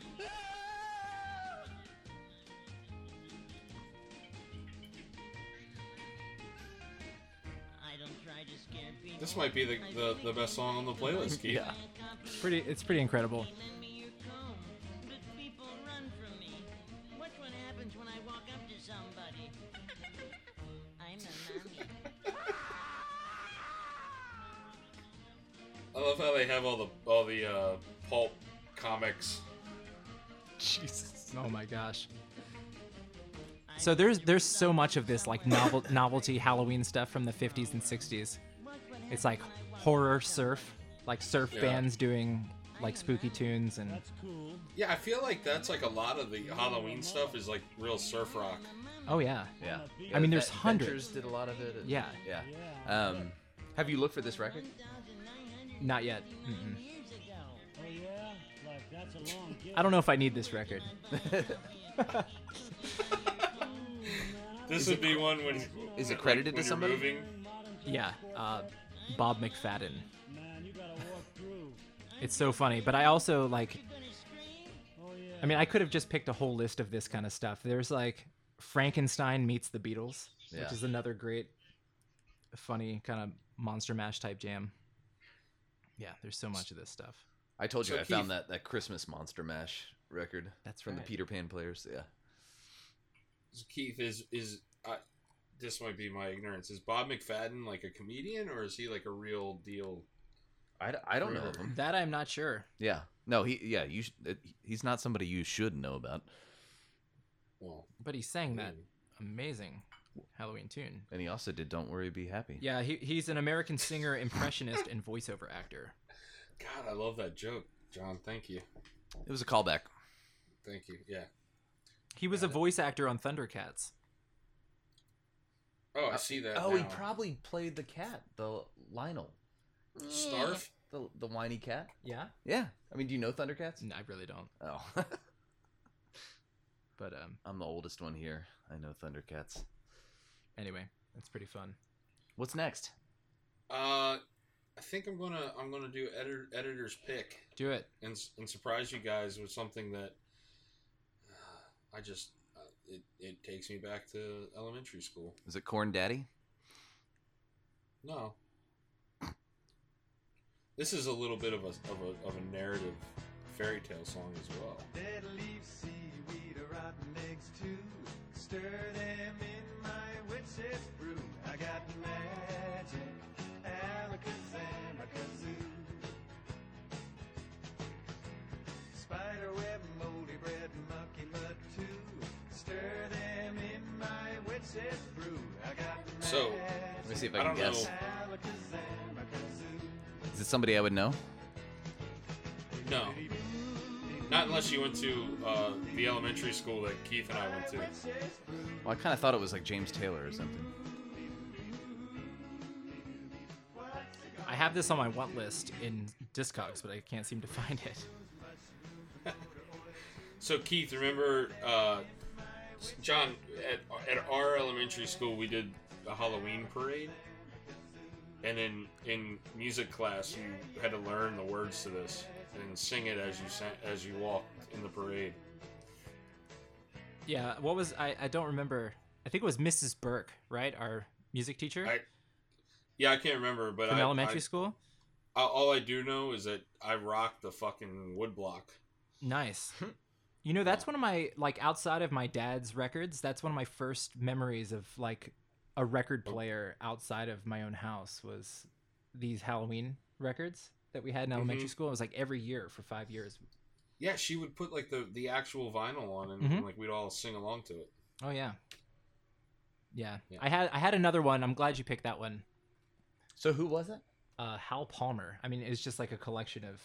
I don't try to scare people. This might be the, I the, really the best don't song on the like playlist, Keith. Yeah. Buy a copy It's pretty it's pretty incredible. Lend me your comb, but people run from me. Watch what happens when I walk up to somebody. I'm a mummy. I love how they have all the all the uh, pulp comics. Jesus. Oh my gosh. I So there's knew there's it so was much of this like somewhere. novel novelty Halloween stuff from the 50s and 60s. Watch what It's happens like when I walk horror up to surf, like surf Yeah. bands doing like spooky tunes and Yeah, I feel like that's like a lot of the Halloween stuff is like real surf rock. oh yeah. Yeah. I mean, there's Ven- hundreds. Ventures did a lot of it. Yeah. Yeah. Um, have you looked for this record? 1,959 Not yet. Mm-mm. years ago. Oh yeah, like that's a long gift. I don't know if I need this record. This would be one when is it when- credited when to you're somebody? moving. Yeah, uh, Bob McFadden. Man, you gotta walk through. It's so funny, but I also like. You gonna scream? Oh yeah. I mean, I could have just picked a whole list of this kind of stuff. There's like Frankenstein meets the Beatles, Yeah. which is another great, funny kind of monster mash type jam. Yeah, there's so much of this stuff. I told you So I found Keith- that, that Christmas Monster Mash record. That's from right. the Peter Pan players. Yeah. Keith is is I, this might be my ignorance. Is Bob McFadden like a comedian or is he like a real deal? I, d- I don't know of Sure. him. That I'm not sure. Yeah. No, he yeah, you sh- it, he's not somebody you should know about. Well, hmm. But he sang that maybe. amazing Halloween tune. And he also did Don't Worry Be Happy. Yeah, he, he's an American singer, impressionist, and voiceover actor. God, I love that joke, John. Thank you, It was a callback. thank you. Yeah. He was a voice actor on Thundercats. Oh, I see that. Oh, he now. probably played the cat, the Lionel, Snarf. the the whiny cat. Yeah? Yeah. I mean, do you know Thundercats? No, I really don't. Oh. But um, I'm the oldest one here. I know Thundercats. anyway, that's pretty fun. What's next? Uh, I think I'm gonna I'm gonna do editor editor's pick Do it. and s- and surprise you guys with something that uh, I just uh, it it takes me back to elementary school. Is it Corn Daddy? No. This is a little bit of a of a, of a narrative fairy tale song as well. Dead leaves, seaweed, or rotten eggs too. Stir them in my witch's brew. I got magic, alakazamrakazoo. Spiderweb, moldy bread, mucky mud too. Stir them in my witch's brew. I got So, Let me see if I I can don't guess. know. alakazamrakazoo. Is it somebody I would know? No. Not unless you went to uh, the elementary school that Keith and I went to. Well, I kind of thought it was like James Taylor or something. I have this on my want list in Discogs, but I can't seem to find it. So Keith, remember, uh, John at, at our elementary school we did a Halloween parade, and then in music class you had to learn the words to this and sing it as you sang, as you walked in the parade. Yeah, what was I? I don't remember. I think it was Mrs. Burke, right? Our music teacher I- Yeah, I can't remember, but from I, elementary I- school. I- all I do know is that I rocked the fucking woodblock. Nice. You know, that's one of my like outside of my dad's records. That's one of my first memories of like a Oh. record player outside of my own house was these Halloween records that we had in Mm-hmm. elementary school. It was like every year for five years. Yeah, she would put like the the actual vinyl on, and, Mhm. and, like we'd all sing along to it. Oh yeah. yeah, Yeah. I had I had another one. I'm glad you picked that one. So who was it? uh, Hal Palmer. I mean, it's just like a collection of.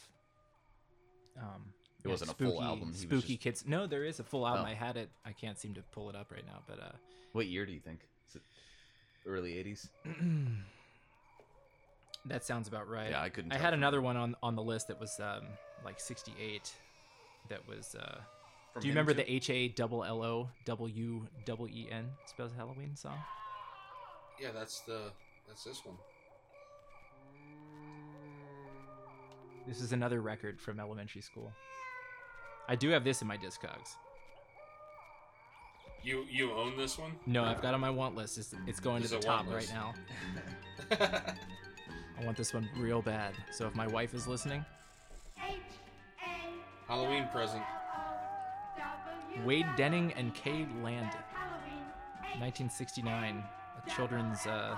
Um, It wasn't a full album, he was Spooky just- kids. No, there is a full album. Oh. I had it. I can't seem to pull it up right now, but uh, What year do you think? Is it early '80s? that sounds about right. Yeah, I couldn't I tell had from- another one on on the list that was um like '68. That was. Uh, From do you him, remember too? the H A double L O W double E N spells Halloween song? Yeah, that's the that's this one. This is another record from elementary school. I do have this in my discogs. You you own this one? No, I've got it on my want list. It's, it's going It's to a the top want right list. now. I want this one real bad. So if my wife is listening, Halloween present. Wade Denning and Kay Land, 1969, a children's uh,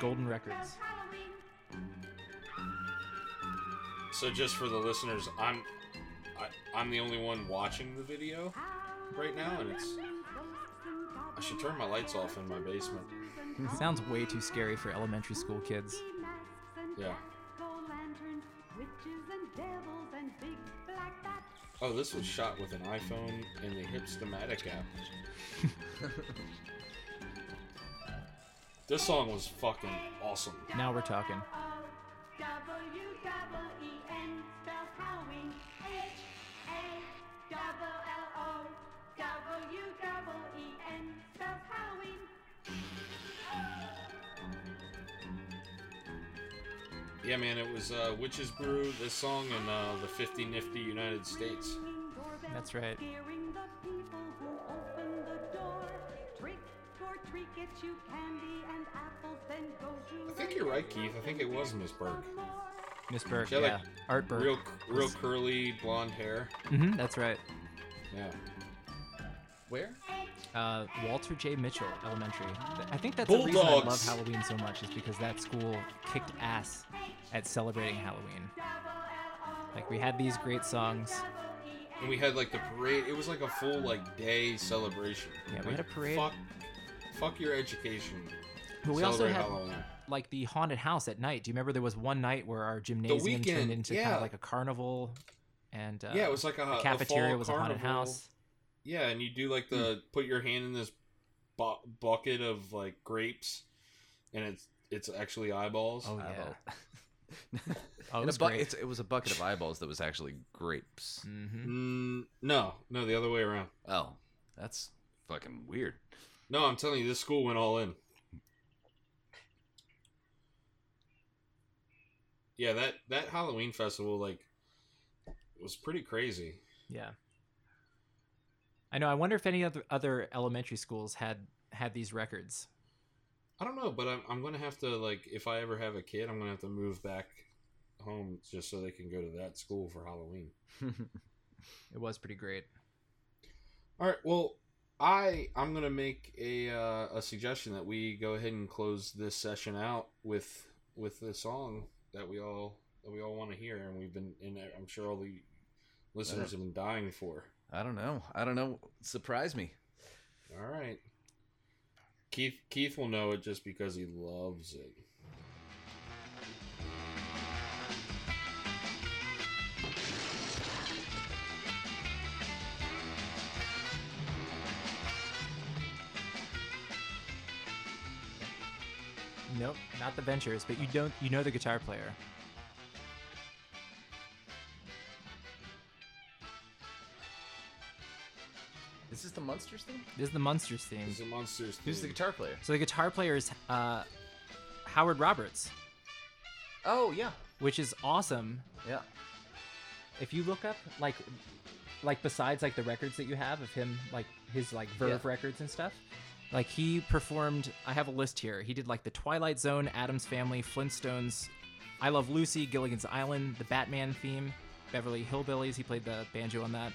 Golden Records. So just for the listeners, I'm I, I'm the only one watching the video right now, and it's I should turn my lights off in my basement. Sounds way too scary for elementary school kids. Yeah. Oh, this was shot with an iPhone and the Hipstamatic app. this song was fucking awesome. Now we're talking. E E Yeah, man, it was uh, Witch's Brew, this song, and uh, the 50 Nifty United States. That's right. Scaring the people who open the door. Trick or treat, get you candy and apples, then go to I think you're right, Keith. I think it was Miss Burke. Miss Burke, She had, yeah. like, Art Burke. Real, real curly blonde hair. hmm that's right. Yeah. Where? Uh, Walter J. Mitchell Elementary. Th- I think that's the reason I love Bulldogs. Halloween so much is because that school kicked ass at celebrating Halloween. Like we had these great songs. And we had like the parade. It was like a full like day celebration. Yeah, we Like, had a parade. Fuck, fuck your education. But we also Celebrate had Halloween. like the haunted house at night. Do you remember there was one night where our gymnasium weekend, turned into kind yeah. of like a carnival, and uh, Yeah, it was like a- a the fall cafeteria was a haunted carnival. house. Hmm. Yeah, and you do like the put your hand in this bu- bucket of like grapes, and it's it's actually eyeballs. Oh yeah, Eyeball. oh, it In a was bu- great. it's- it was a bucket of eyeballs that was actually grapes. Mhm. Mm, no, no, the other way around. Oh, that's fucking weird. No, I'm telling you, this school went all in. Yeah, that that Halloween festival like was pretty crazy. Yeah, I know. I wonder if any other other elementary schools had had these records. I don't know, but I'm, I'm gonna have to like if I ever have a kid, I'm gonna have to move back home just so they can go to that school for Halloween. It was pretty great. All right, well, I I'm gonna make a uh, a suggestion that we go ahead and close this session out with with the song that we all that we all want to hear, and we've been and I'm sure all the listeners have been dying for. I don't know. I don't know. Surprise me. All right, Keith Keith will know it just because he loves it. Nope, not the Ventures, but you don't. You know the guitar player. Is this the Munsters thing? This is the Munsters theme. It's a monsters. Who's the theme. guitar player? So the guitar player is uh, Howard Roberts, Oh yeah, which is awesome yeah. if you look up like like besides like the records that you have of him like his like Verve Yeah. records and stuff. Like he performed I have a list here. He did like The Twilight Zone, Adam's Family, Flintstones, I Love Lucy, Gilligan's Island, the Batman theme, Beverly Hillbillies, he played the banjo on that.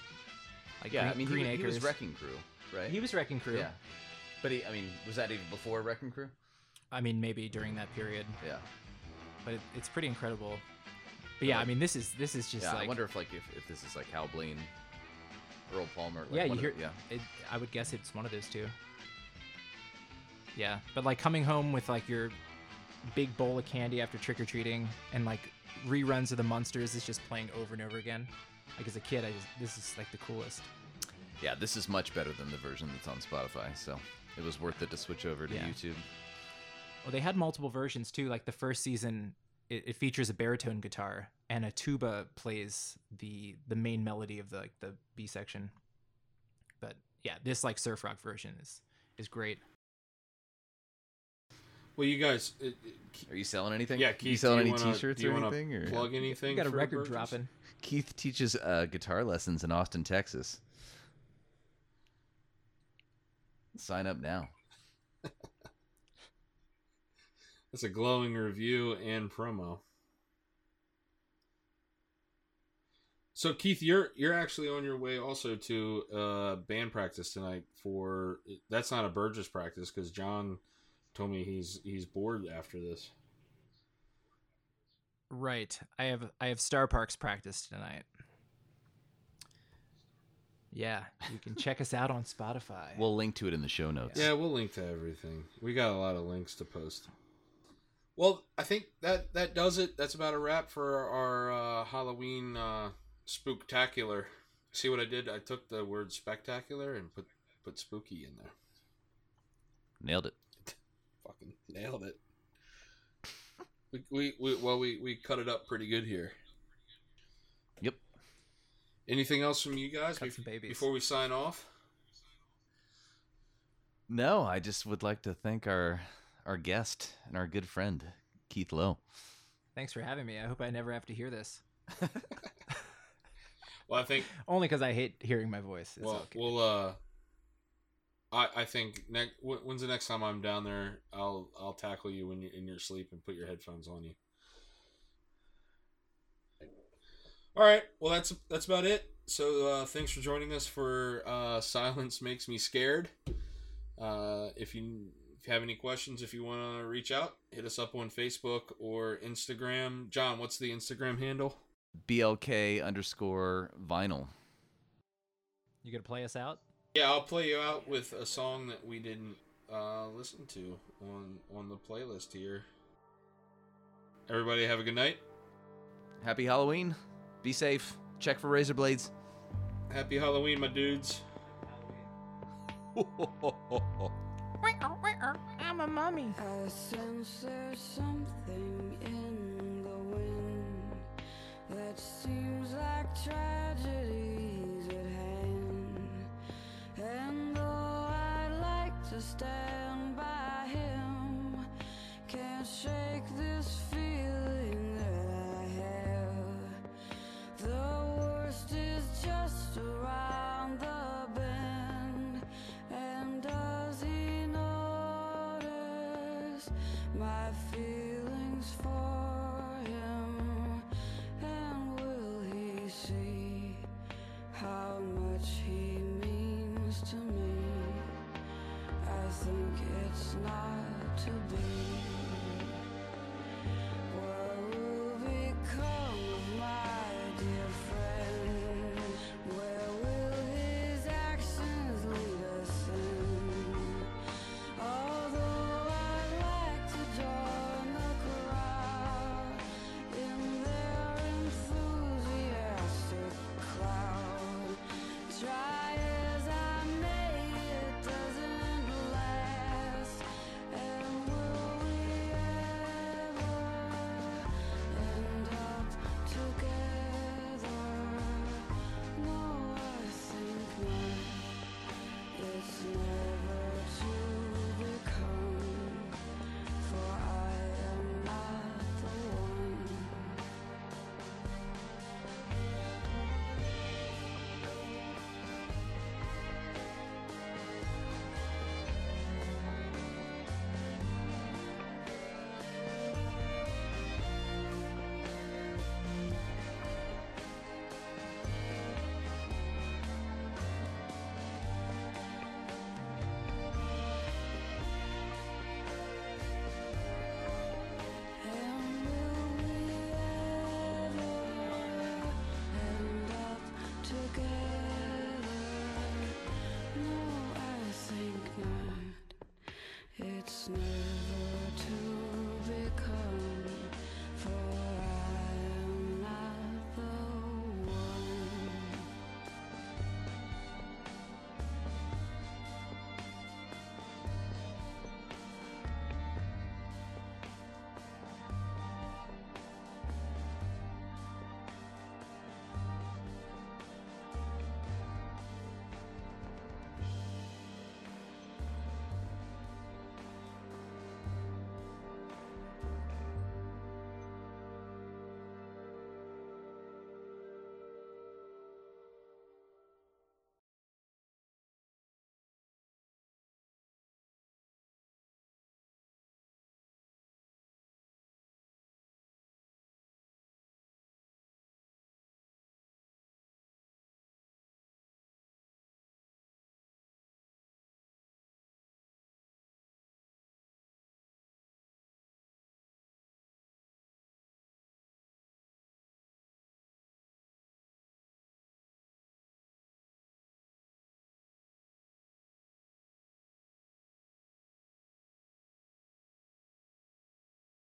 Like Yeah, Green, I mean, Green he, wa- he Acres. was Wrecking Crew, right? He was Wrecking Crew. Yeah. But he, I mean, was that even before Wrecking Crew? I mean, maybe during that period, Yeah. but it, it's pretty incredible. But yeah, I mean, this is this is just yeah. like I wonder if like if, if this is like Hal Blaine, Earl Palmer. Like, yeah, you wonder- hear. Yeah. it, I would guess it's one of those two. Yeah, but like coming home with like your big bowl of candy after trick or treating, and like reruns of the monsters is just playing over and over again. Like as a kid, I just this is like the coolest. Yeah, this is much better than the version that's on Spotify, so it was worth it to switch over to Yeah. YouTube. Well, Oh, they had multiple versions too. Like the first season, it, it features a baritone guitar and a tuba plays the the main melody of the like, the B section. But yeah, this like surf rock version is is great. Well, you guys, it, it, Are you selling anything? yeah, you Keith, do selling you any wanna, T-shirts do you or wanna anything? Or plug anything? We got a for record Burgess? dropping. Keith teaches uh, guitar lessons in Austin, Texas. Sign up now. That's a glowing review and promo. So Keith, you're you're actually on your way also to uh, band practice tonight. For that's not a Burgess practice because John told me he's he's bored after this. Right. I have I have Star Parks practice tonight. Yeah, you can check us out on Spotify. We'll link to it in the show notes. Yeah, we'll link to everything. We got a lot of links to post. Well, I think that that does it. That's about a wrap for our uh, Halloween uh, spooktacular. See what I did? I took the word spectacular and put put spooky in there. Nailed it. Fucking nailed it. We, we, we well we, we cut it up pretty good here. Yep. Anything else from you guys Cut bef- some babies. before we sign off? No, I just would like to thank our our guest and our good friend Keith Lowe. Thanks for having me. I hope I never have to hear this. Well, I think Only because I hate hearing my voice. It's well okay. we'll uh. I I think next when's the next time I'm down there? I'll I'll tackle you when you're in your sleep and put your headphones on you. All right. Well, that's that's about it. So uh, thanks for joining us for uh, Silence Makes Me Scared. Uh, if you if you have any questions, if you want to reach out, hit us up on Facebook or Instagram. John, what's the Instagram handle? BLK underscore vinyl. you gonna play us out? Yeah, I'll play you out with a song that we didn't uh, listen to on on the playlist here. Everybody have a good night. Happy Halloween. Be safe. Check for razor blades. Happy Halloween, my dudes. I sense there's something in the wind that seems like tragedy's at hand. And though I'd like to stay